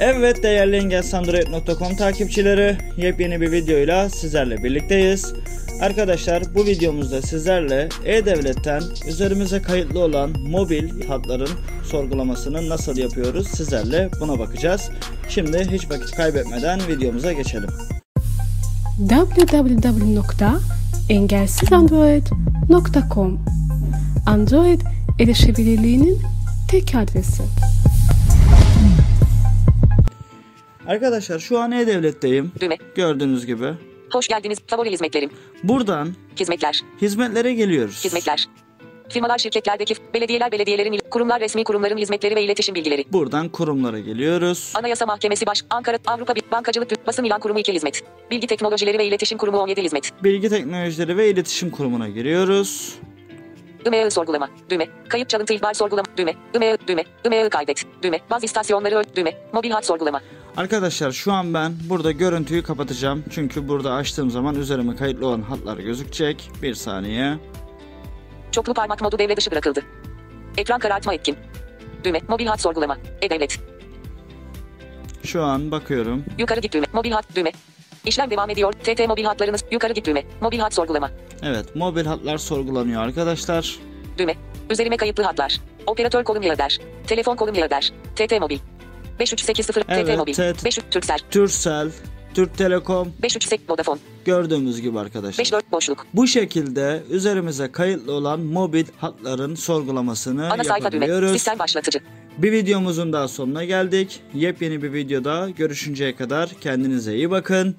Evet değerli engelsandroid.com takipçileri yepyeni bir videoyla sizlerle birlikteyiz. Arkadaşlar bu videomuzda sizlerle E-Devlet'ten üzerimize kayıtlı olan mobil hatların sorgulamasını nasıl yapıyoruz sizlerle buna bakacağız. Şimdi hiç vakit kaybetmeden videomuza geçelim. www.engelsizandroid.com Android erişebilirliğinin tek adresi. Arkadaşlar şu an E-Devlet'teyim. Düğme. Gördüğünüz gibi. Hoş geldiniz. Favori hizmetlerim. Buradan Hizmetler. hizmetlere geliyoruz. Hizmetler. Firmalar şirketlerdeki belediyeler belediyelerin il- kurumlar resmi kurumların hizmetleri ve iletişim bilgileri. Buradan kurumlara geliyoruz. Anayasa Mahkemesi Baş Ankara Avrupa Bir- Bankacılık Tür- Basın İlan Kurumu 2 hizmet. Bilgi Teknolojileri ve İletişim Kurumu 17 hizmet. Bilgi Teknolojileri ve İletişim Kurumu'na giriyoruz. Düğme ağı sorgulama. Düğme. Kayıp çalıntı ihbar sorgulama. Düğme. Düğme ağı- düğme. Düğme ağı kaydet. Düğme. Baz istasyonları öl. Düğme. Mobil hat sorgulama. Arkadaşlar şu an ben burada görüntüyü kapatacağım. Çünkü burada açtığım zaman üzerime kayıtlı olan hatlar gözükecek. Bir saniye. Çoklu parmak modu devre dışı bırakıldı. Ekran karartma etkin. Düğme. Mobil hat sorgulama. E-Devlet. Şu an bakıyorum. Yukarı git düğme. Mobil hat düğme. İşlem devam ediyor. TT mobil hatlarınız. Yukarı git düğme. Mobil hat sorgulama. Evet mobil hatlar sorgulanıyor arkadaşlar. Düğme. Üzerime kayıtlı hatlar. Operatör kolum yer öder. Telefon kolum yer öder. TT Mobil. 5380 Evet, TT Mobil. TT. 53 Turkcell. Türsel, Türk Telekom 538 Vodafone. gördüğümüz gibi arkadaşlar. 54 boşluk. Bu şekilde üzerimize kayıtlı olan mobil hatların sorgulamasını Ana sayfa düğme. yapabiliyoruz. Sistem başlatıcı. Bir videomuzun daha sonuna geldik. Yepyeni bir videoda görüşünceye kadar kendinize iyi bakın.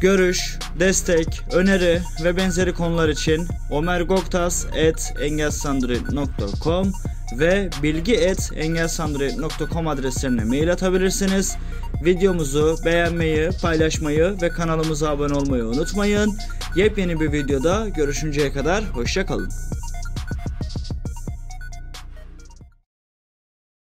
Görüş, destek, öneri ve benzeri konular için omergoktas.engelsandroid.com ve bilgi.engelsandroid.com adreslerine mail atabilirsiniz. Videomuzu beğenmeyi, paylaşmayı ve kanalımıza abone olmayı unutmayın. Yepyeni bir videoda görüşünceye kadar hoşçakalın.